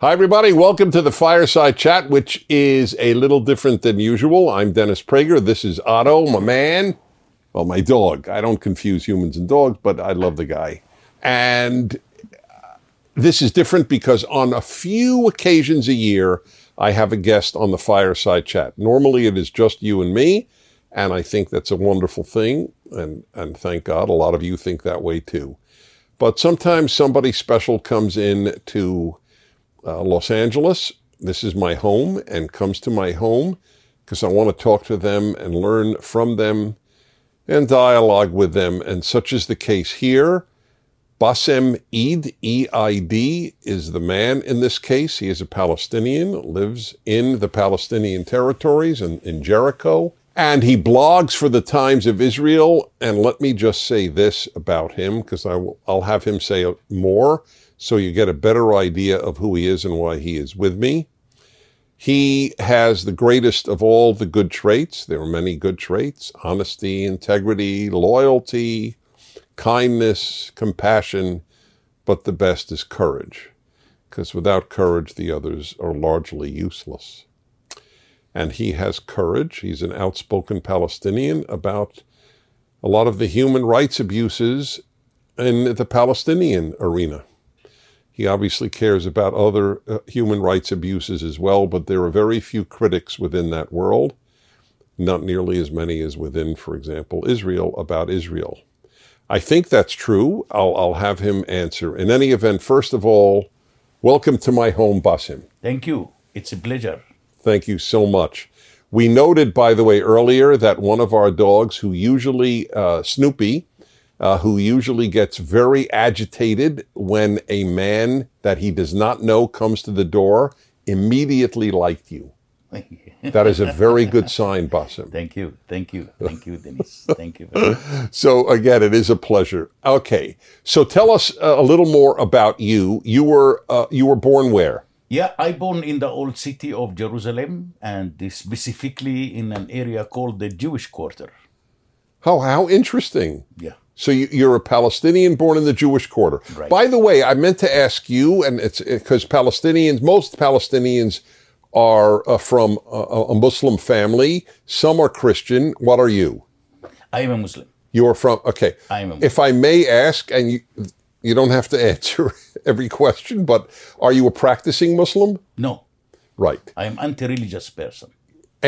Hi, everybody. Welcome to the Fireside Chat, which is a little different than usual. I'm Dennis Prager. This is Otto, my man. Well, my dog. I don't confuse humans and dogs, but I love the guy. And uh, this is different because on a few occasions a year, I have a guest on the Fireside Chat. Normally, it is just you and me. And I think that's a wonderful thing. And, and thank God a lot of you think that way too. But sometimes somebody special comes in to uh, Los Angeles. This is my home and comes to my home because I want to talk to them and learn from them and dialogue with them. And such is the case here. Bassem Eid, E I D, is the man in this case. He is a Palestinian, lives in the Palestinian territories and in Jericho. And he blogs for the Times of Israel. And let me just say this about him, because I'll have him say more so you get a better idea of who he is and why he is with me. He has the greatest of all the good traits. There are many good traits honesty, integrity, loyalty, kindness, compassion, but the best is courage, because without courage, the others are largely useless. And he has courage. He's an outspoken Palestinian about a lot of the human rights abuses in the Palestinian arena. He obviously cares about other uh, human rights abuses as well, but there are very few critics within that world, not nearly as many as within, for example, Israel about Israel. I think that's true. I'll, I'll have him answer. In any event, first of all, welcome to my home, Basim. Thank you. It's a pleasure. Thank you so much. We noted, by the way, earlier that one of our dogs, who usually, uh, Snoopy, uh, who usually gets very agitated when a man that he does not know comes to the door, immediately liked you. That is a very good sign, Basim. Thank you. Thank you. Thank you, Denise. Thank you. Very much. So again, it is a pleasure. Okay, so tell us uh, a little more about you. You were uh, you were born where? Yeah, I born in the old city of Jerusalem and specifically in an area called the Jewish Quarter. Oh, how interesting! Yeah. So you, you're a Palestinian born in the Jewish quarter. Right. By the way, I meant to ask you, and it's because Palestinians, most Palestinians are uh, from a, a Muslim family. Some are Christian. What are you? I am a Muslim. You are from okay. I am a Muslim. If I may ask, and you you don't have to answer every question, but are you a practicing Muslim? No, Right. I am anti-religious person.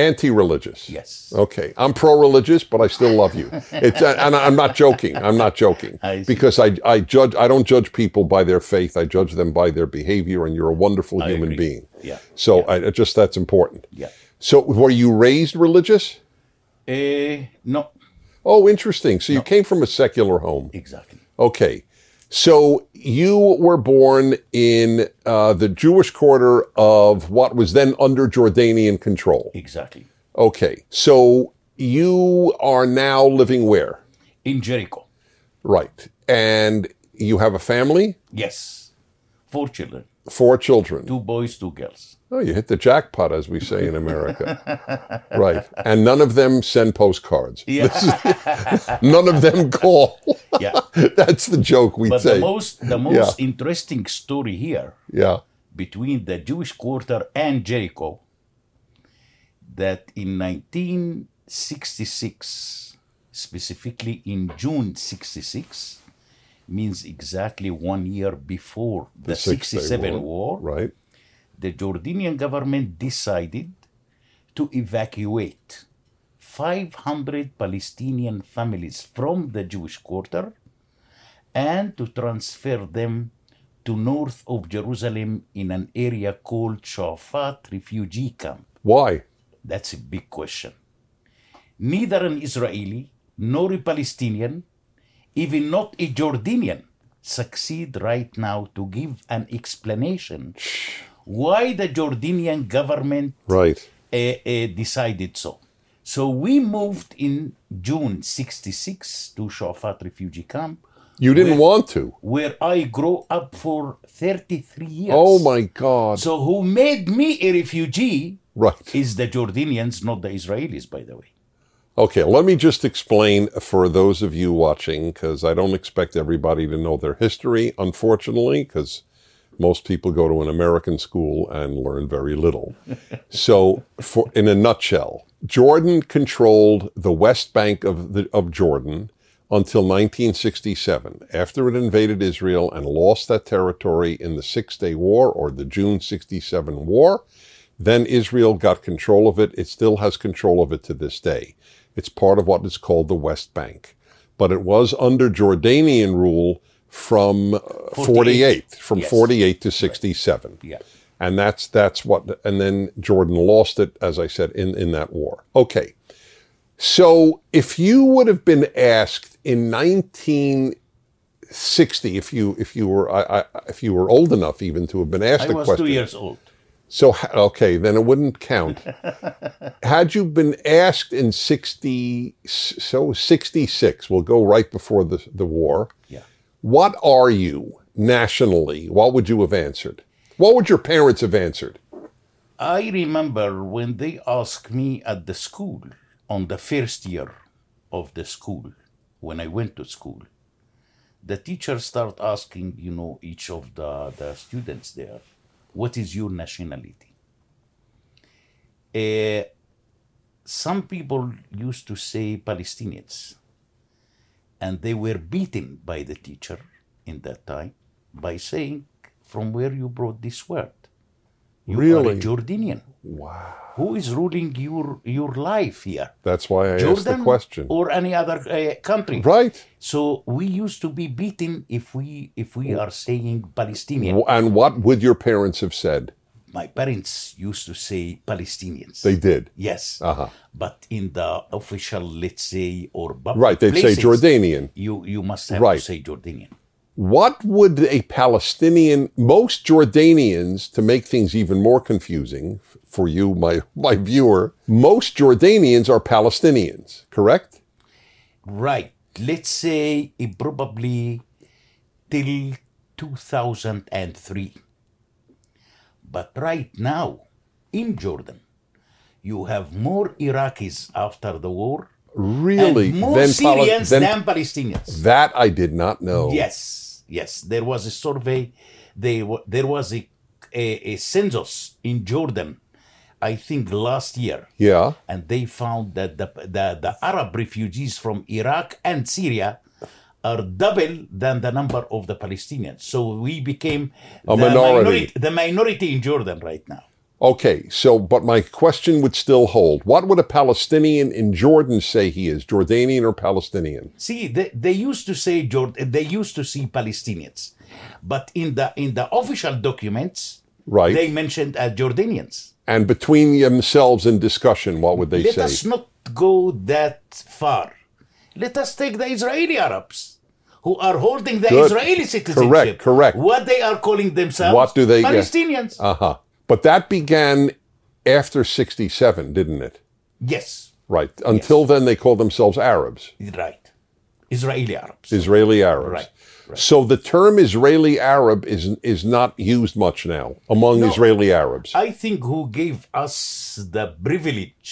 Anti-religious. Yes. Okay, I'm pro-religious, but I still love you. It's, uh, and I'm not joking. I'm not joking I see. because I, I judge. I don't judge people by their faith. I judge them by their behavior. And you're a wonderful human agree. being. Yeah. So I I just that's important. Yeah. So were you raised religious? Eh, no, Oh, interesting. So you came from a secular home. exactly. Okay. So you were born in uh, the Jewish quarter of what was then under Jordanian control. Exactly. Okay. So you are now living where? In Jericho. Right. And you have a family, Yes. Four children. four children. Two boys, two girls. Oh, you hit the jackpot, as we say in America. right. And none of them send postcards. Yeah. None of them call. yeah. That's the joke we But say. the most the most interesting story here yeah. between the Jewish quarter and Jericho that in 1966, specifically in June 66, means exactly one year before the, Six Day 67 war, Right. the Jordanian government decided to evacuate 500 Palestinian families from the Jewish quarter and to transfer them to north of Jerusalem in an area called Shafat refugee camp. Why? That's a big question. Neither an Israeli nor a Palestinian, even not a Jordanian, succeed right now to give an explanation why the Jordanian government Right. eh, eh, decided so. So we moved in June 66 to Shafat refugee camp, You didn't want to. where I grew up for 33 years. Oh my God. So who made me a refugee right. is the Jordanians, not the Israelis, by the way. Okay, let me just explain for those of you watching, because I don't expect everybody to know their history, unfortunately, because most people go to an American school and learn very little. so, for, in a nutshell, Jordan controlled the West Bank of, the, of Jordan until 1967, after it invaded Israel and lost that territory in the Six Day War or the June 67 War. Then Israel got control of it. It still has control of it to this day. It's part of what is called the West Bank. But it was under Jordanian rule from uh, 48, 48, from yes. 48 to 67 Yeah. and that's that's what and then Jordan lost it as I said in in that war. Okay. So if you would have been asked in 1960 if you if you were I, I, if you were old enough even to have been asked I the was question. two years old. So h- okay, then it wouldn't count. Had you been asked in 60 so 66, we'll go right before the the war. Yeah. What are you nationally? What would you have answered? What would your parents have answered? I remember when they asked me at the school on the first year of the school, when I went to school, the teacher started asking, you know, each of the, the students there, what is your nationality? Eh, some people used to say Palestinians, and they were beaten by the teacher in that time by saying, from where you brought this word? You are a Really? Jordanian. Wow. Who is ruling your your life here? That's why I asked the Jordan question. or any other uh, country? right. So we used to be beaten if we if we are saying Palestinian. W- And what would your parents have said? My parents used to say Palestinians. They did. yes, Uh huh. but in the official, let's say, or public Right. They'd places, say Jordanian. You you must have Right. to say Jordanian. What would a Palestinian, most Jordanians, to make things even more confusing f- for you, my, my viewer, most Jordanians are Palestinians, correct? Right. Let's say it probably till 2003. But right now, in Jordan, you have more Iraqis after the war Really? and more Pal- Syrians then- Oh. than Palestinians. that I did not know. Yes, yes. There was a survey. They, wa- there was a, a, a census in Jordan, I think last year Yeah. and they found that the, the, the Arab refugees from Iraq and Syria are double than the number of the Palestinians. So we became A minority. minori- the minority in Jordan right now. Okay, so but my question would still hold. What would a Palestinian in Jordan say he is, Jordanian or Palestinian? See, they, they used to say Jordan, they used to see Palestinians, but in the in the official documents, Right. they mentioned as Jordanians. and between themselves in discussion, what would they Let say? us not go that far. Let us take the Israeli Arabs who are holding the Good. Israeli citizenship. correct. What they are calling themselves What do they- yeah. Palestinians. Uh huh. But that began after 67, didn't it? yes, Right. Until then, they called themselves Arabs, right. Israeli Arabs. Israeli Arabs. Right, So the term Israeli Arab is, is not used much now among Israeli Arabs. I think who gave us the privilege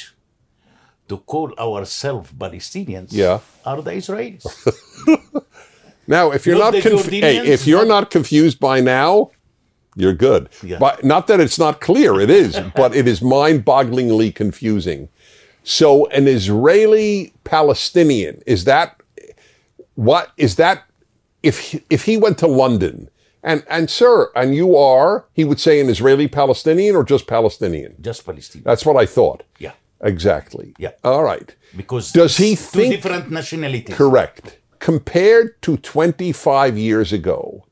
to call ourselves Palestinians Yeah. are the Israelis. Now, if you're Not not, the conf- hey, Jordanians, if you're not confused by now, you're good. Yeah. But not that it's not clear, it is, but it is mind-bogglingly confusing. So, an Israeli Palestinian is that what is that? If he, if he went to London and and sir, and you are, he would say an Israeli Palestinian or just Palestinian. Just Palestinians. That's what I thought. Yeah. Exactly. Yeah. All right. Because Does he it's two think- different nationalities? Correct. Compared to 25 years ago,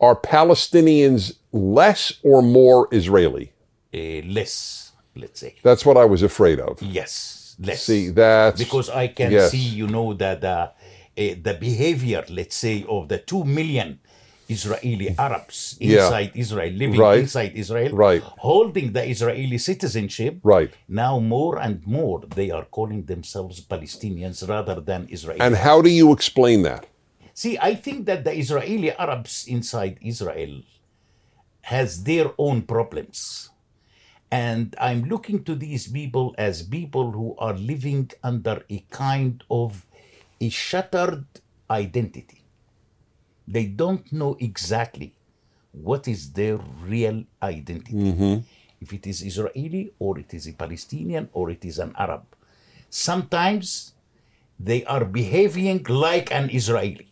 are Palestinians less or more Israeli? Uh, less, let's say. That's what I was afraid of. Yes, less. See, that's because I can Yes. see, you know, that uh, eh, the behavior, let's say, of the two million Israeli Arabs Yeah. inside Israel, living Right. inside Israel, Right. holding the Israeli citizenship. right. Now, more and more, they are calling themselves Palestinians rather than Israeli. And how do you explain that? see, I think that the Israeli Arabs inside Israel has their own problems. And I'm looking to these people as people who are living under a kind of a shattered identity. They don't know exactly what is their real identity. If it is Israeli or it is a Palestinian or it is an Arab. Sometimes they are behaving like an Israeli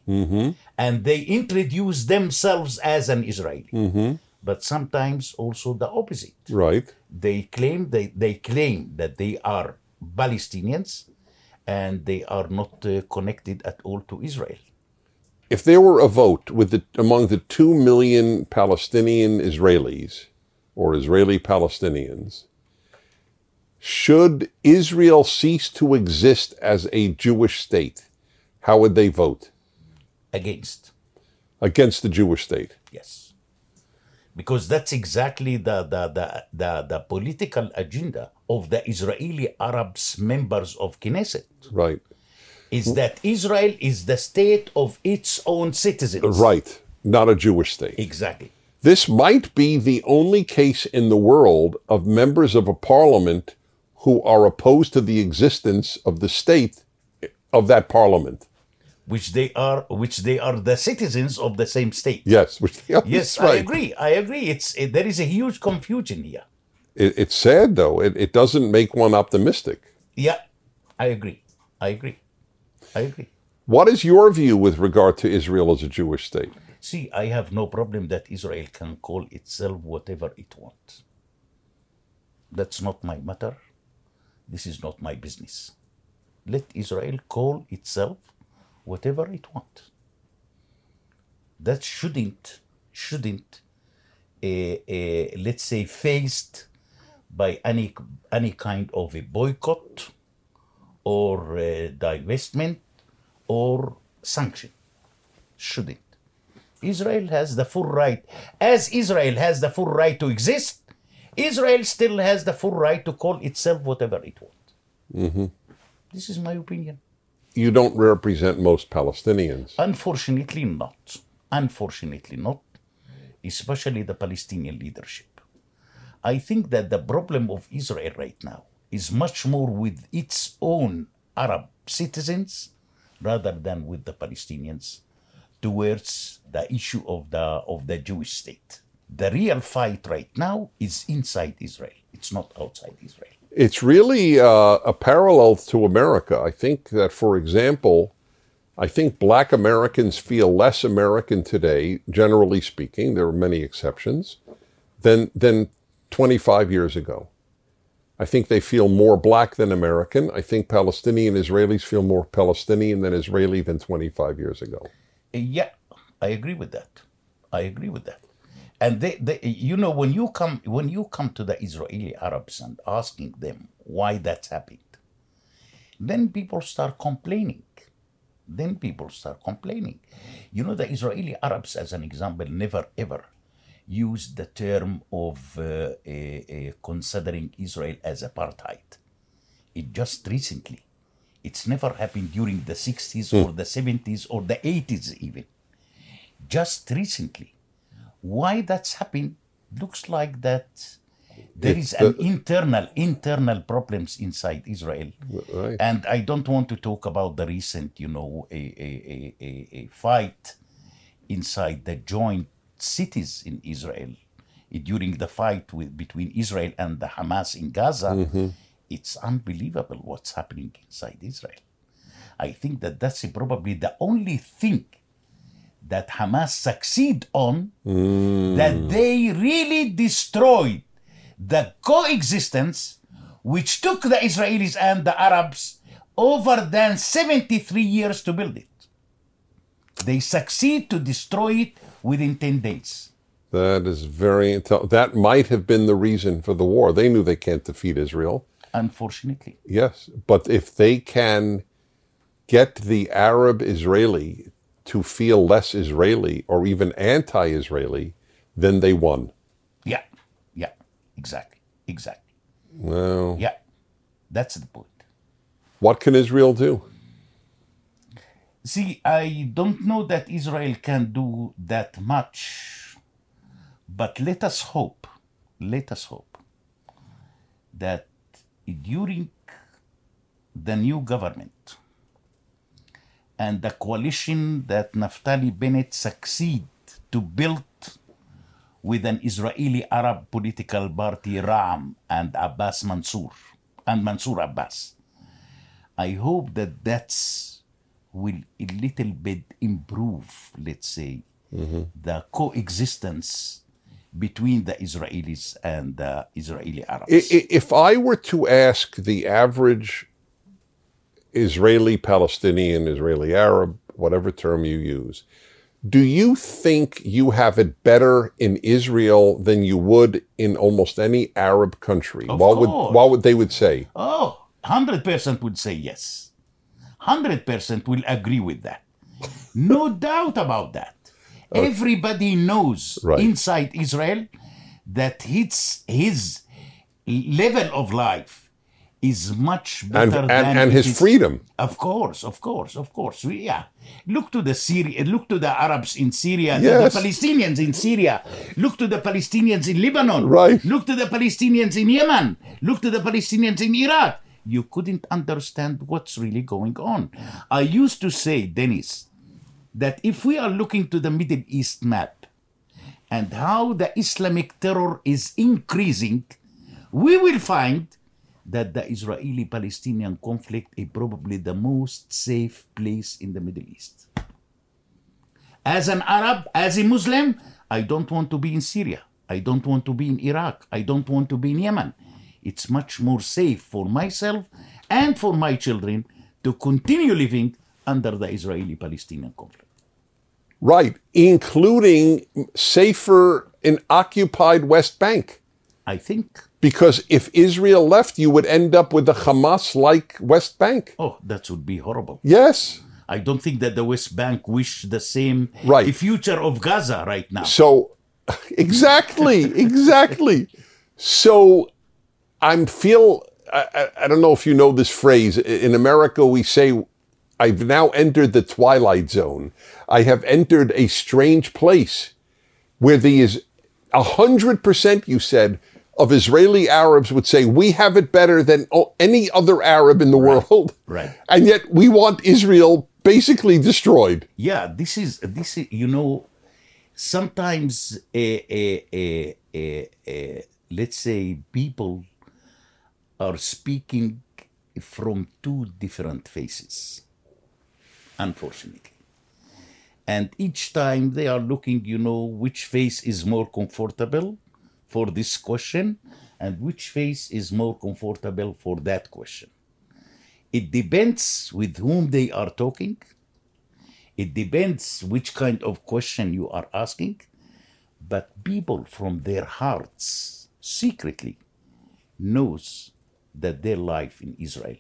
and they introduce themselves as an Israeli. But sometimes also the opposite Right. they claim they, they claim that they are Palestinians and they are not uh, connected at all to Israel. If there were a vote with the, among the two million Palestinian Israelis or Israeli Palestinians, should Israel cease to exist as a Jewish state, how would they vote Against. against the Jewish state? Yes. Because that's exactly the, the, the, the, the political agenda of the Israeli Arabs members of Knesset Right. is that Israel is the state of its own citizens. Right. Not a Jewish state. Exactly. This might be the only case in the world of members of a parliament who are opposed to the existence of the state of that parliament. Which they are which they are the citizens of the same state. Yes, which Yes, that's right. I agree. I agree. It's it, there is a huge confusion here. It, it's sad though. It, it doesn't make one optimistic. Yeah, I agree. I agree. I agree. What is your view with regard to Israel as a Jewish state? See, I have no problem that Israel can call itself whatever it wants. That's not my matter. This is not my business. Let Israel call itself whatever it wants. That shouldn't, shouldn't, uh, uh, let's say, faced by any any kind of a boycott or uh, divestment or sanction. Shouldn't. Israel has the full right. As Israel has the full right to exist, Israel still has the full right to call itself whatever it wants. This is my opinion. You don't represent most Palestinians. Unfortunately, not. Unfortunately, not. Especially the Palestinian leadership. I think that the problem of Israel right now is much more with its own Arab citizens rather than with the Palestinians towards the issue of the of the Jewish state. The real fight right now is inside Israel. It's not outside Israel. It's really uh, a parallel to America. I think that, for example, I think black Americans feel less American today, generally speaking, there are many exceptions, than, than 25 years ago. I think they feel more black than American. I think Palestinian Israelis feel more Palestinian than Israeli than 25 years ago. Uh, Yeah, I agree with that. I agree with that. And they, they, you know, when you come when you come to the Israeli Arabs and asking them why that's happened, then people start complaining. Then people start complaining. You know, the Israeli Arabs, as an example, never ever used the term of uh, uh, uh, considering Israel as apartheid. It just recently. It's never happened during the 60s or the 70s or the 80s, even. Just recently. Why that's happened looks like that there is It's an the- internal internal problems inside Israel Right. and I don't want to talk about the recent, you know, a, a, a, a, a fight inside the joint cities in Israel during the fight with, between Israel and the Hamas in Gaza. It's unbelievable what's happening inside Israel. I think that that's probably the only thing that Hamas succeed on that they really destroyed the coexistence which took the Israelis and the Arabs over than 73 years to build it. They succeed to destroy it within 10 days. That is very intel- That might have been the reason for the war. They knew they can't defeat Israel. Unfortunately, Yes, but if they can get the Arab Israeli to feel less Israeli or even anti Israeli, then they won. yeah, yeah, exactly, exactly, Well, yeah, that's the point. what can Israel do? See, I don't know that Israel can do that much, but let us hope, let us hope that during the new government and the coalition that Naftali Bennett succeed to build with an Israeli Arab political party, Ram, and Abbas Mansour, and Mansour Abbas. I hope that that's will a little bit improve, let's say, the coexistence between the Israelis and the Israeli Arabs. I- i- If I were to ask the average Israeli, Palestinian, Israeli Arab, whatever term you use, do you think you have it better in Israel than you would in almost any Arab country? what would course. what would they would say? Oh, 100% would say yes. 100% will agree with that. No doubt about that. Everybody knows Right. inside Israel that his, his level of life is much And better and, than and it his is- freedom. Of course, of course, of course. We, yeah. Look to the Syria. Look to the Arabs in Syria. the- Yes. The Palestinians in Syria. Look to the Palestinians in Lebanon. Right. Look to the Palestinians in Yemen. Look to the Palestinians in Iraq. You couldn't understand what's really going on. I used to say, Dennis, that if we are looking to the Middle East map and how the Islamic terror is increasing, we will find that the Israeli Palestinian conflict is probably the most safe place in the Middle East. As an Arab, as a Muslim, I don't want to be in Syria. I don't want to be in Iraq. I don't want to be in Yemen. It's much more safe for myself and for my children to continue living under the Israeli Palestinian conflict. Right, including safer in occupied West Bank. I think, Because if Israel left, you would end up with a Hamas like West Bank. oh, that would be horrible. Yes. I don't think that the West Bank wish the same Right. future of Gaza right now. So, exactly, exactly. So, I'm feel. I, I, I don't know if you know this phrase. I- In America, we say, "I've now entered the twilight zone. I have entered a strange place, where the is a hundred percent." You said of Israeli Arabs would say we have it better than o- any other Arab in the world, right. And yet we want Israel basically destroyed. yeah this is this is you know sometimes eh, eh, eh, eh, eh, let's say people are speaking from two different faces unfortunately and each time they are looking you know which face is more comfortable for this question and which face is more comfortable for that question it depends with whom they are talking it depends which kind of question you are asking, but people from their hearts secretly knows that their life in Israel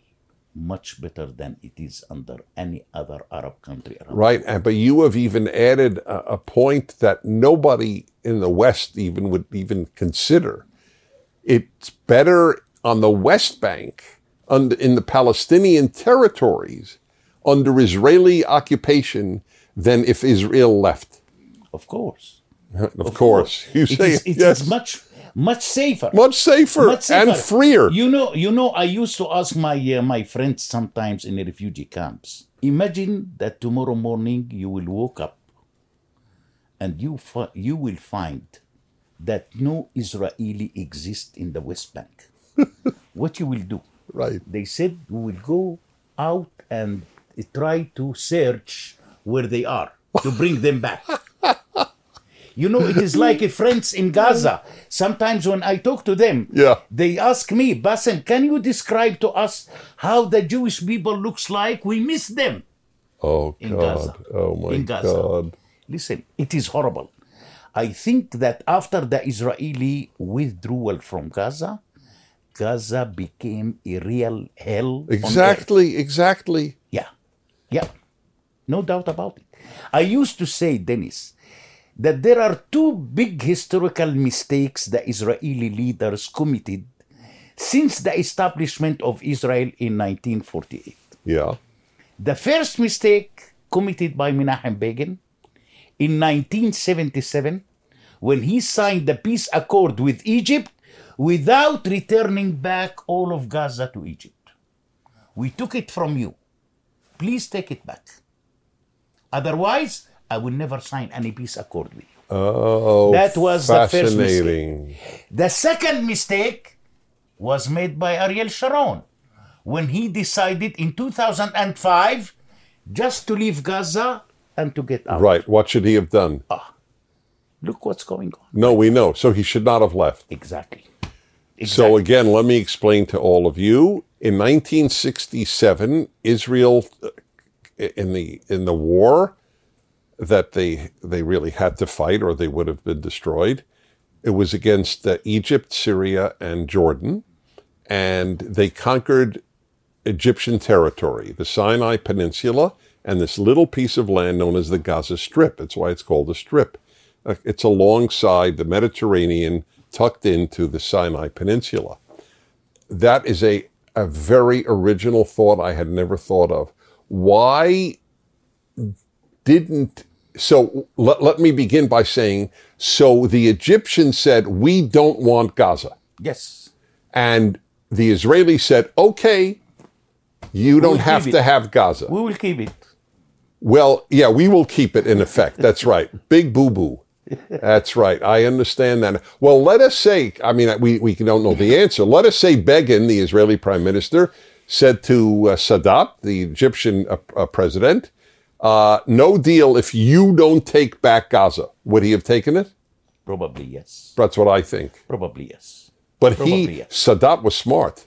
much better than it is under any other Arab country around. Right. And, but you have even added a, a point that nobody in the West even would even consider. It's better on the West Bank, under, in the Palestinian territories, under Israeli occupation, than if Israel left. Of course. Of, course. You It say is, it yes, is much much safer. much, safer Much safer. and freer. You know, you know. I used to ask my uh, my friends sometimes in the refugee camps. Imagine that tomorrow morning you will wake up, and you fi- you will find that no Israeli exists in the West Bank. what you will do? right. They said we will go out and try to search where they are to bring them back. You know, it is like friends in Gaza. Sometimes when I talk to them, Yeah. they ask me, Bassem, can you describe to us how the Jewish people looks like? We miss them. Oh, In God. Gaza. Oh, my In Gaza. God. Listen, it is horrible. I think that after the Israeli withdrawal from Gaza, Gaza became a real hell. on earth. Exactly. Exactly. Yeah. Yeah. No doubt about it. I used to say, Dennis, that there are two big historical mistakes the Israeli leaders committed since the establishment of Israel in 1948. Yeah. The first mistake committed by Menachem Begin in 1977 when he signed the peace accord with Egypt without returning back all of Gaza to Egypt. We took it from you. Please take it back. Otherwise, I will never sign any peace accord with you. Oh, That was the first mistake. fascinating. The second mistake was made by Ariel Sharon when he decided in 2005 just to leave Gaza and to get out. Right. What should he have done? Look what's going on. No, we know. So he should not have left. Exactly. So again, let me explain to all of you. In 1967, Israel, uh, in the in the war that they they really had to fight, or they would have been destroyed. It was against uh, Egypt, Syria, and Jordan, and they conquered Egyptian territory, the Sinai Peninsula, and this little piece of land known as the Gaza Strip. That's why it's called a strip. Uh, It's alongside the Mediterranean, tucked into the Sinai Peninsula. That is a, a very original thought I had never thought of. Why didn't so let, let me begin by saying so the Egyptians said, We don't want Gaza. Yes. And the Israelis said, okay, you don't have keep to it. have Gaza. We will keep it. Well, yeah, we will keep it in effect. That's right. Big boo boo. That's right. I understand that. Well, let us say, I mean, we, we don't know the answer. Let us say Begin, the Israeli prime minister, said to uh, Sadat, the Egyptian uh, uh, president, uh, no deal if you don't take back Gaza. Would he have taken it? Probably yes. That's what I think. Probably yes. But Probably, he, yes. Sadat was smart.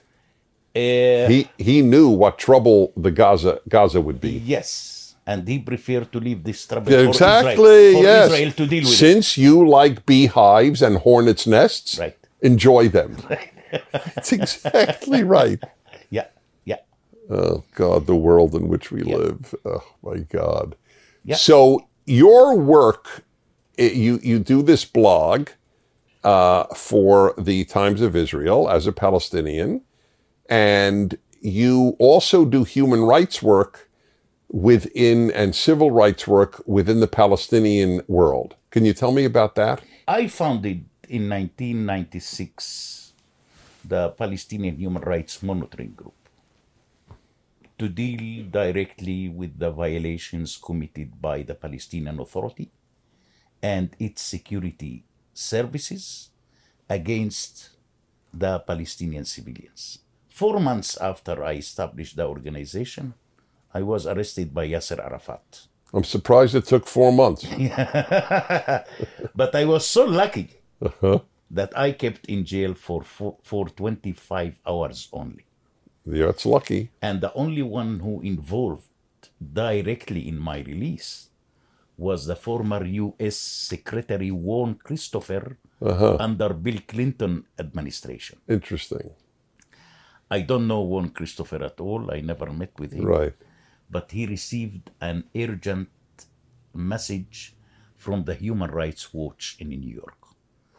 Uh, he he knew what trouble the Gaza Gaza would be. yes. And he preferred to leave this trouble for exactly. Israel, for yes. Israel to deal with it. Since you like beehives and hornets' nests, Right. enjoy them. That's exactly right. Yeah. Yeah. Oh God, the world in which we live. Oh my God. Yeah. So your work, i- you you do this blog uh, for the Times of Israel as a Palestinian, and you also do human rights work within and civil rights work within the Palestinian world. Can you tell me about that? I founded in 1996 the Palestinian Human Rights Monitoring Group to deal directly with the violations committed by the Palestinian Authority and its security services against the Palestinian civilians. Four months after I established the organization, I was arrested by Yasser Arafat. I'm surprised it took four months. but I was so lucky that I kept in jail for, for for 25 hours only, yeah, it's lucky. and the only one who involved directly in my release was the former U.S. Secretary Warren Christopher under Bill Clinton administration. Interesting. I don't know Warren Christopher at all. I never met with him Right. but he received an urgent message from the Human Rights Watch in New York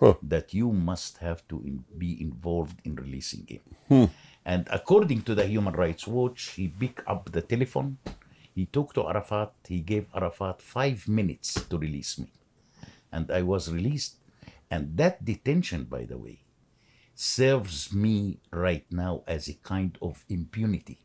Huh. that you must have to in- be involved in releasing him. Hmm. And according to the Human Rights Watch, he picked up the telephone, he talked to Arafat, he gave Arafat five minutes to release me. And I was released. And that detention, by the way, serves me right now as a kind of impunity.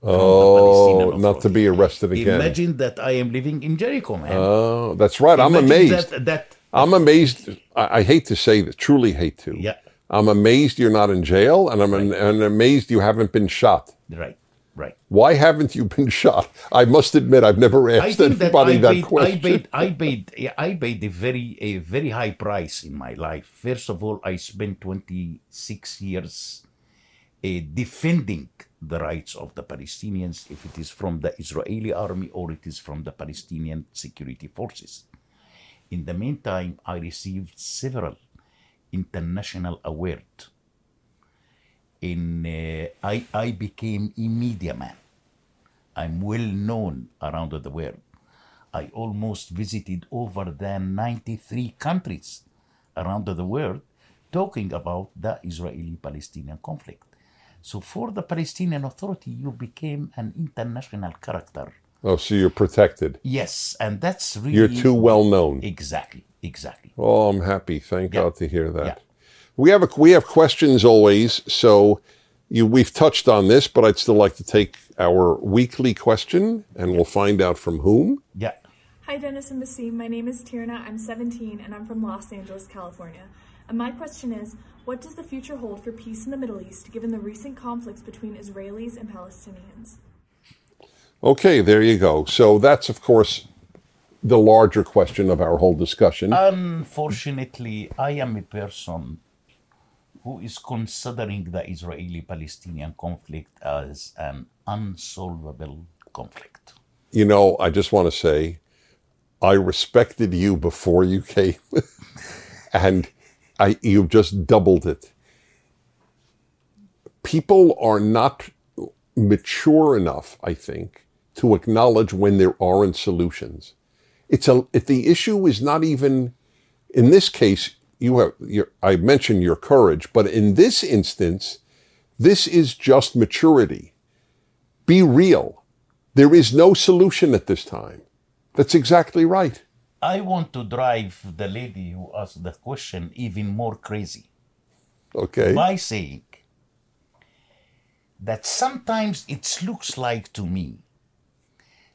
from the Oh, Palestinian not to Authority. be arrested again. Imagine that I am living in Jericho, man. Oh, that's right. I'm Imagine amazed. That, that I'm amazed. I, I hate to say this, truly hate to. Yeah. I'm amazed you're not in jail, and I'm an, and amazed you haven't been shot. right, right. Why haven't you been shot? I must admit, I've never I asked think that I anybody paid, that, I question. paid, I paid, yeah, I paid a very, a very high price in my life. First of all, I spent 26 years uh, defending the rights of the Palestinians, if it is from the Israeli army or it is from the Palestinian security forces. In the meantime, I received several international awards. In uh, I, I became a media man. I'm well known around the world. I almost visited over than 93 countries around the world talking about the Israeli Palestinian conflict. So, for the Palestinian Authority, you became an international character. Oh, so you're protected. Yes, and that's really. You're too well known. Exactly, exactly. Oh, I'm happy. Thank Yeah. God to hear that. Yeah. We have a, we have questions always, so you, we've touched on this, but I'd still like to take our weekly question, and we'll find out from whom. Yeah. Hi, Dennis and Basim. My name is Tierna. I'm 17 and I'm from Los Angeles, California. And my question is what does the future hold for peace in the Middle East given the recent conflicts between Israelis and Palestinians? Okay, there you go. So that's, of course, the larger question of our whole discussion. Unfortunately, I am a person who is considering the Israeli Palestinian conflict as an unsolvable conflict. you know, I just want to say I respected you before you came, and I you've just doubled it. People are not mature enough, I think, to acknowledge when there aren't solutions. It's a if the issue is not even in this case you have your, I mentioned your courage, but in this instance, this is just maturity. Be real. There is no solution at this time. That's exactly right. I want to drive the lady who asked the question even more crazy Okay. by saying that sometimes it looks like to me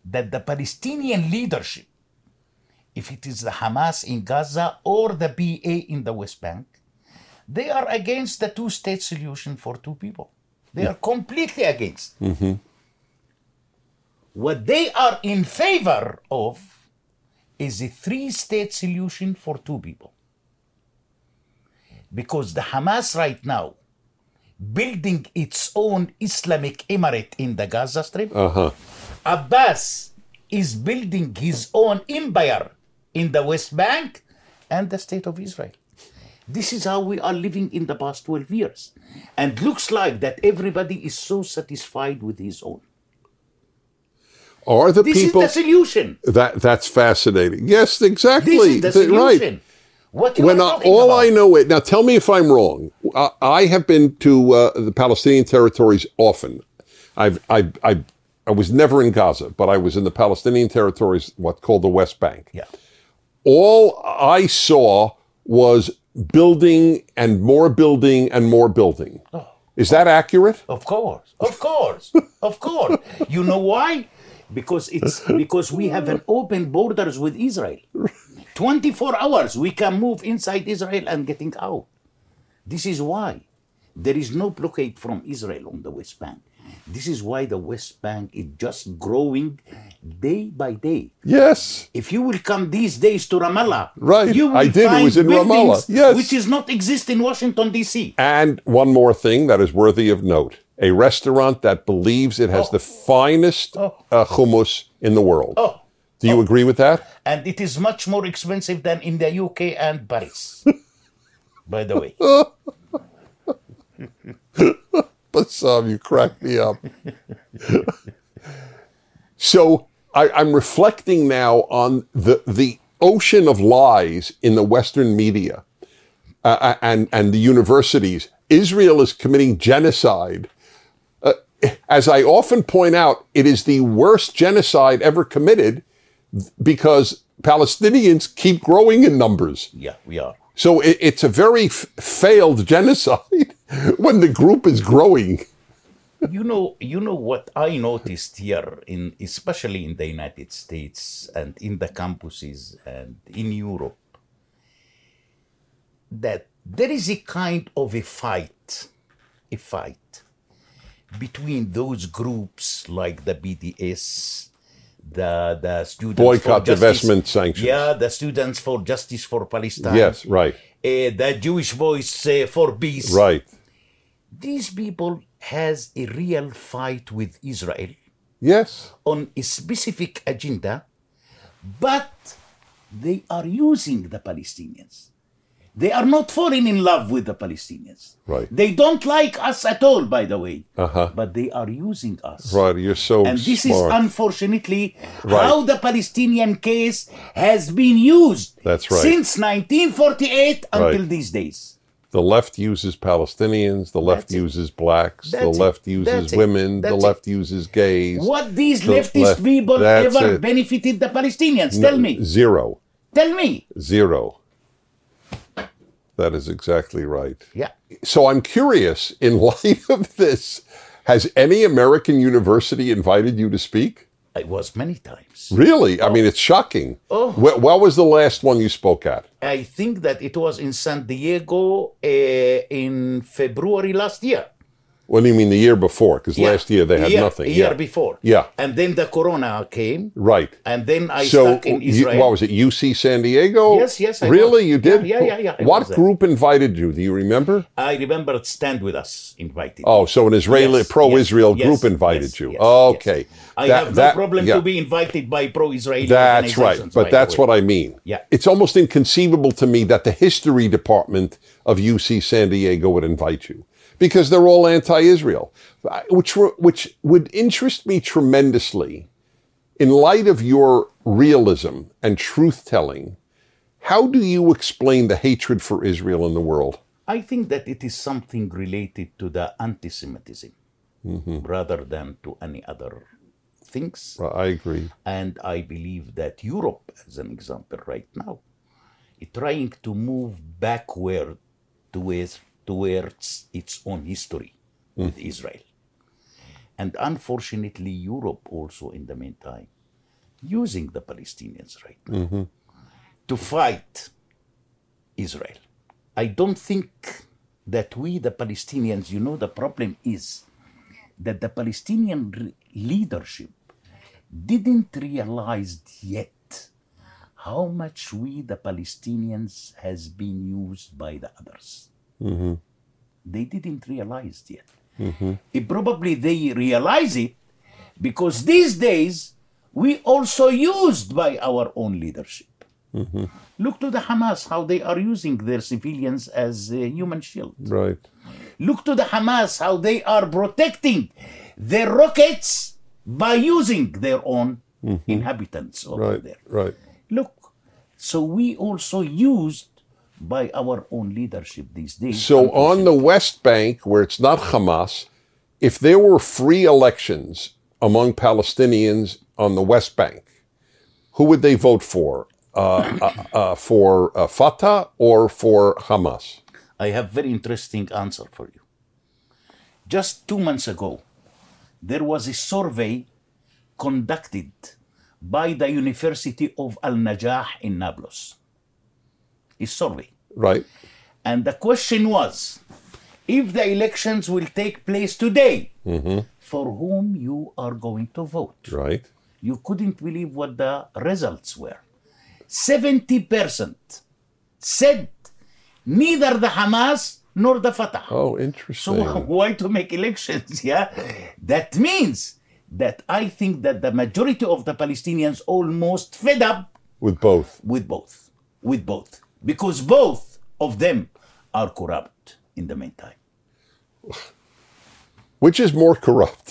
that the Palestinian leadership, if it is the Hamas in Gaza or the BA in the West Bank, they are against the two state solution for two people. They are completely against. What they are in favor of is a three state solution for two people. Because the Hamas right now building its own Islamic emirate in the Gaza Strip. Uh huh. Abbas is building his own empire in the West Bank and the state of Israel. This is how we are living in the past 12 years. And looks like that everybody is so satisfied with his own. Are the This people is the solution. that that's fascinating? Yes, exactly. This Th- is the solution. What you When I, are talking all about. I know it now, tell me if I'm wrong. I, I have been to uh, the Palestinian territories often. I've I I I was never in Gaza, but I was in the Palestinian territories, what's called the West Bank. Yeah. all I saw was building and more building and more building. Is that accurate? Of course, of course, of course. You know why? Because it's because we have an open borders with Israel. 24 hours we can move inside Israel and getting out. This is why there is no blockade from Israel on the West Bank. This is why the West Bank is just growing day by day. Yes. If you will come these days to Ramallah, Right, you will I did. It find was in Ramallah. buildings Yes. which is not exist in Washington D.C. And one more thing that is worthy of note a restaurant that believes it has the finest uh, hummus in the world. Oh. Do you agree with that? and it is much more expensive than in the UK and Paris. By the way, But some, you crack me up. so I, I'm reflecting now on the the ocean of lies in the Western media uh, and and the universities. Israel is committing genocide. Uh, as I often point out, it is the worst genocide ever committed because Palestinians keep growing in numbers. yeah, we are. So it, it's a very f- failed genocide when the group is growing. You know, you know what I noticed here in, especially in the United States and in the campuses and in Europe, that there is a kind of a fight, a fight between those groups like the BDS, the the students for Boycott, Justice- divestment, sanctions. Yeah, the students for justice for Palestine. Yes, right, uh, the Jewish voice uh, for peace. right. These people has a real fight with Israel Yes, on a specific agenda, but they are using the Palestinians. They are not falling in love with the Palestinians. Right. They don't like us at all, by the way. Uh-huh. But they are using us. right. You're so And this smart. is unfortunately Right. how the Palestinian case has been used That's right. since 1948 until Right. these days. the left uses Palestinians. The left That's it. uses blacks. the That's it. left That's uses it. women. That's the it. left uses gays. What these The leftist left- people that's ever it. benefited the Palestinians? Tell me. Zero, Tell me. zero. That is exactly right. Yeah. So I'm curious. In light of this, has any American university invited you to speak? It was many times. Really? I mean, it's shocking. Oh. Wh- what was the last one you spoke at? I think that it was in San Diego uh, in February last year. What do you mean the year before? Because Yeah. last year they had Year- nothing. Year yeah. before. Yeah. And then the corona came, Right. and then I so, stuck in you- Israel. what was it? UC San Diego? Yes, yes, I really? was. You did? Yeah, yeah, yeah, yeah, I What was there. group invited you? Do you remember? I remember Stand With Us invited. Oh, so an Israeli Yes, pro-Israel yes, group yes, invited yes, you. yes, okay, yes. I That- have no that- problem yeah. to be invited by pro-Israeli. That's right, organizations, by but the that's way. what I mean. Yeah. it's almost inconceivable to me that the history department of UC San Diego would invite you because they're all anti-Israel, I- which were, which would interest me tremendously. In light of your realism and truth telling, how do you explain the hatred for Israel in the world? I think that it is something related to the anti-Semitism rather than to any other things. I agree. And I believe that Europe, as an example, right now, is trying to move backward towards, towards its own history with Israel. And unfortunately, Europe also, in the meantime, using the Palestinians right now to fight Israel. I don't think that we, the Palestinians, you know, the problem is that the Palestinian re- leadership didn't realize yet how much we the palestinians has been used by the others they didn't realize yet It- probably they realize it because these days we also used by our own leadership look to the hamas how they are using their civilians as a human shield Right. Look to the Hamas how they are protecting their rockets by using their own inhabitants over Mm-hmm. Right. there. Right. Look, so we also used by our own leadership these days. So on the West Bank, where it's not Hamas, if there were free elections among Palestinians on the West Bank, who would they vote for? Uh, uh, uh, for uh, Fatah or for Hamas? I have very interesting answer for you. Just two months ago, there was a survey conducted by the University of Al Najah in Nablus. A survey. Right. And the question was if the elections will take place today, for whom you are going to vote. Right. You couldn't believe what the results were. 70% said neither the Hamas nor the Fatah. Oh, So interesting. why to make elections? Yeah, that means that I think that the majority of the Palestinians almost fed up With both. with both, with both, because both of them are corrupt in the meantime. Which is more corrupt?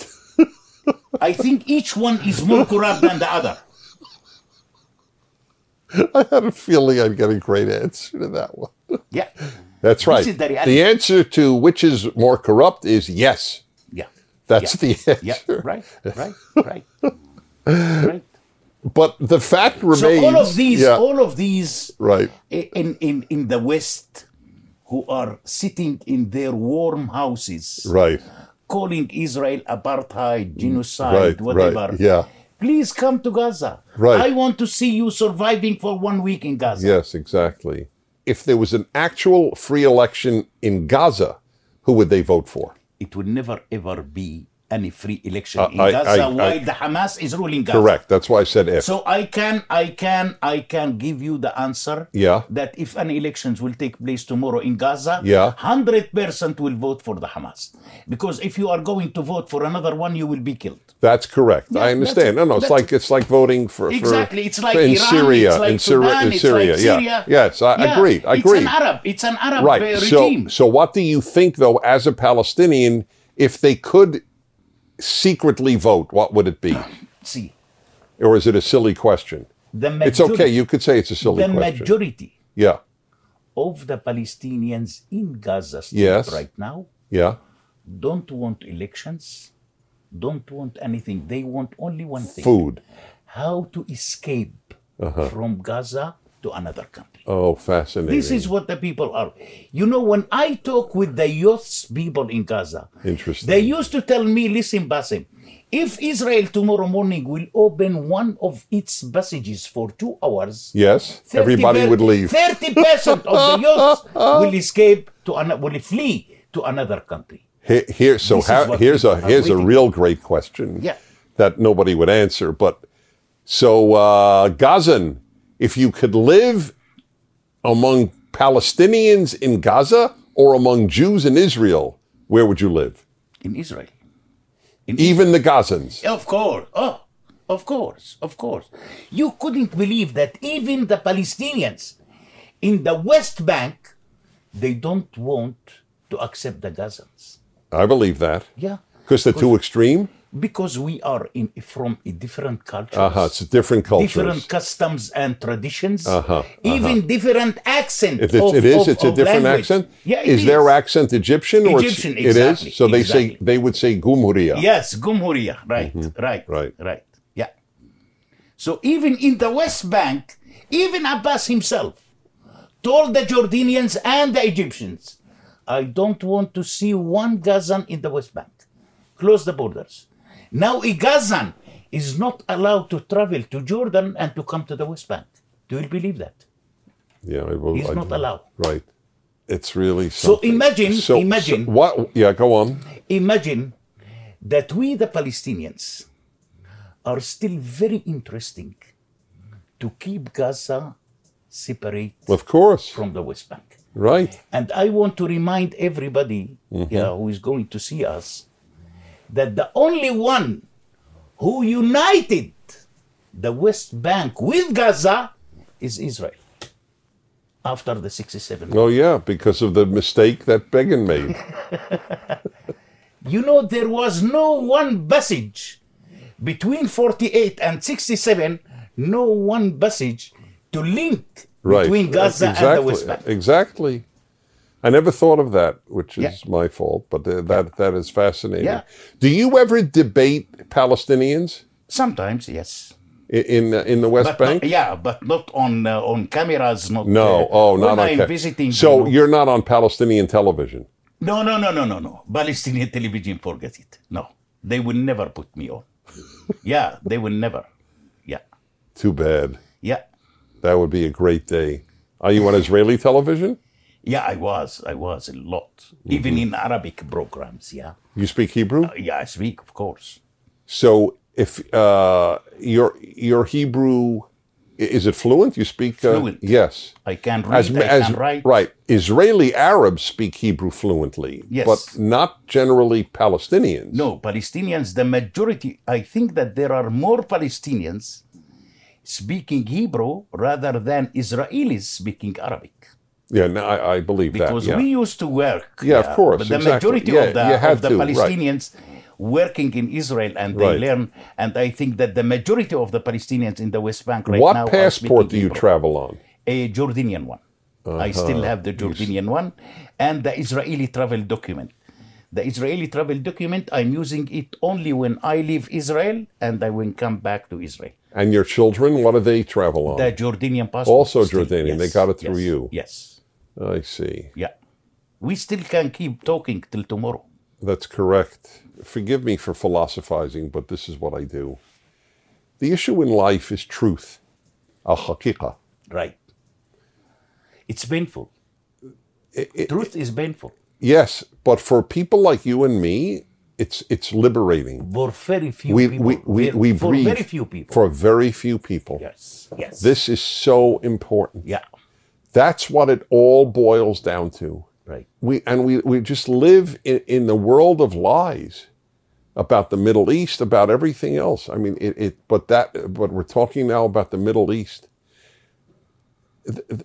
I think each one is more corrupt than the other. I had a feeling I'd get a great answer to that one. Yeah, That's right. is the reality. answer to which is more corrupt is yes. yeah, That's the answer. yeah. Right, right, right, right. But the fact remains. So all of these, Yeah, all of these, right. i- in in in the West, who are sitting in their warm houses, Right. calling Israel apartheid, Right, genocide, right, whatever. yeah. Please come to Gaza. Right. I want to see you surviving for one week in Gaza. Yes, exactly. If there was an actual free election in Gaza, who would they vote for? It will never ever be any free election in Uh, I- Gaza I- I- while the Hamas is ruling Gaza. Correct. That's why I said if. So I can I can I can give you the answer Yeah. that if any elections will take place tomorrow in Gaza, Yeah. hundred percent will vote for the Hamas. Because if you are going to vote for another one, you will be killed. that's correct. I that's- understand. No, no, it's that's- like it's like voting for for- Exactly. It's like in Iran, Syria, it's like in Syria, Sudan, in it's Syria. like yeah. Syria. Yes, I Yeah, agreed. I It's agreed. an Arab. It's an Arab uh, right. So, regime. so what do you think though, as a Palestinian, if they could secretly vote, what would it be? See, Or is it a silly question? the majority, It's okay. You could say it's a silly the question. majority yeah. of the Palestinians in Gaza Strip Yes. right now Yeah. don't want elections, don't want anything. They want only one thing: Food. Uh-huh. how to escape from Gaza to another country. Oh, fascinating. This is what the people are. You know, when I talk with the youths people in Gaza, Interesting. they used to tell me, listen, Basim, If Israel tomorrow morning will open one of its passages for two hours, Yes, 30 everybody per- would leave. 30% of the youth will escape to an, will flee to another country. Here, here so This is how, what here's a people are here's a waiting. real great question. Yeah. That nobody would answer, but so uh, Gazan, if you could live among Palestinians in Gaza or among Jews in Israel, where would you live? in Israel. Even the Gazans. Of course. Oh, of course. Of course. You couldn't believe that even the Palestinians in the West Bank, they don't want to accept the Gazans. I believe that Yeah. because they're too extreme. Because we are in from a different culture. Uh huh. It's different cultures. Different customs and traditions, Uh-huh, uh-huh. even different accent. If it's, of, it is, of- it's a of different language. accent. Yeah, it is, their accent Egyptian or it's- Egyptian, it exactly, is? So they say exactly. they would say Gumuria. Yes, Gumhuria. Right, right, Right. right. Yeah. So even in the West Bank, even Abbas himself told the Jordanians and the Egyptians, I don't want to see one Gazan in the West Bank. Close the borders. Now a Gazan is not allowed to travel to Jordan and to come to the West Bank. Do you believe that? Yeah, I will- He's I- not allowed. Right. It's really So something. imagine, imagine. so what? Yeah, go on. imagine that we, the Palestinians, are still very interesting to keep Gaza separate Of course. from the West Bank. Right. And I want to remind everybody yeah, who is going to see us that the only one who united the West Bank with Gaza is Israel after the 67 Oh yeah, because of the mistake that Begin made. You know, there was no one passage between 48 and 67, no one passage to link Right. between Gaza exactly. and the West Bank. Exactly. I never thought of that, which is Yeah. my fault, but uh, that that is fascinating. Yeah. Do you ever debate Palestinians Sometimes, yes. i- in the- in the West But Bank? not, yeah, but not on uh, on cameras. Not No, uh, oh, when not on I'm ca- visiting. So you know- you're not on Palestinian television. no, no, no, no, no, no. Palestinian television, forget it. No, they will never put me on. yeah, they will never. Yeah, Too bad. yeah, That would be a great day. Are you on Israeli television? yeah. I was, I was a lot, even Mm-hmm. in Arabic programs. Yeah, You speak Hebrew, yeah. I speak, of course. so if uh, your your Hebrew i- is it fluent? You speak uh, Fluent. Yes. I can read, I as- can write. right, Israeli Arabs speak Hebrew fluently, Yes. but not generally Palestinians. No, Palestinians, the majority, I think that there are more Palestinians speaking Hebrew rather than Israelis speaking Arabic. yeah, no, I, I believe Because that. we Yeah. used to work. Yeah, of course, But the exactly. majority Yeah, of the, you had of the to, right. Palestinians working in Israel and they Right. learn. And I think that the majority of the Palestinians in the West Bank right now what are speaking passport do you Hebrew. travel on? a Jordanian one. Uh-huh. I still have the Jordanian one and the Israeli travel document. The Israeli travel document, I'm using it only when I leave Israel and I will come back to Israel. And your children, what do they travel on? The Jordanian passport. Oh. Also still- Jordanian, they got it through yes, you. Yes. I see. Yeah. We still can keep talking till tomorrow. That's correct. Forgive me for philosophizing, but this is what I do. The issue in life is truth, al haqiqah. Right. It's painful. Truth is painful. Yes, but for people like you and me, it's it's liberating. For very few We people. we we, Very- we for breathe very few people. For very few people. yes. Yes. This is so important. Yeah. That's what it all boils down to. Right. We and we, we just live in, in the world of lies about the Middle East, about everything else. I mean, it, it but that but we're talking now about the Middle East. The,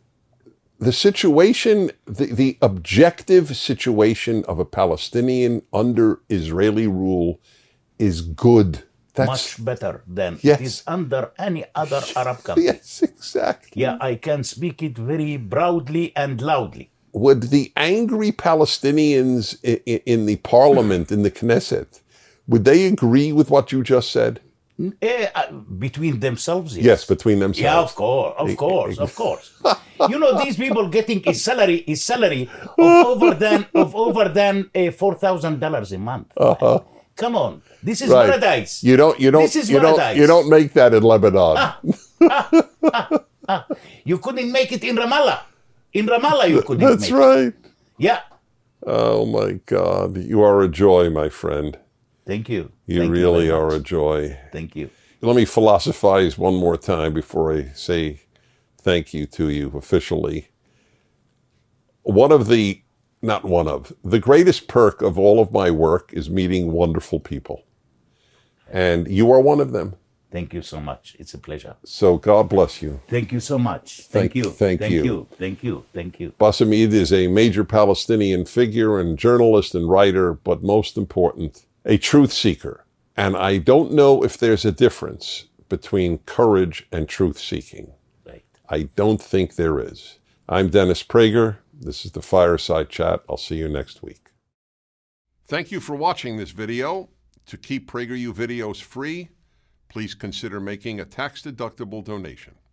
the situation, the, the objective situation of a Palestinian under Israeli rule is good. That's much better than Yes. it is under any other Arab country. yeah. yes, exactly. I can speak it very proudly and loudly. would the angry Palestinians in, in the parliament, in the Knesset, would they agree with what you just said? Eh, uh, between themselves, yes. Yes, E-, between themselves. yeah, of course, of course, of course. you know, these people getting a salary, a eh, salary of over than of over than uh, four thousand dollars a month. Come on, this is Uh-huh. Right. paradise. You don't. You don't. This is you don't. paradise. You don't make that in Lebanon. You couldn't make it in Ramallah. In Ramallah, you couldn't That's make it. right. Yeah. Oh my God, you are a joy, my friend. Thank you. You Thank really very are much. a joy. Thank you. Let me philosophize one more time before I say thank you to you officially. One of the, not one of, the greatest perk of all of my work is meeting wonderful people. And you are one of them. Thank you so much. It's a pleasure. So God bless you. Thank you so much. Thank, Thank- you. thank you. Thank you. Thank you. Basamid is a major Palestinian figure and journalist and writer, but most important, a truth seeker. And I don't know if there's a difference between courage and truth seeking. Right. I don't think there is. I'm Dennis Prager. This is the Fireside Chat. I'll see you next week. Thank you for watching this video. To keep PragerU videos free, please consider making a tax deductible donation.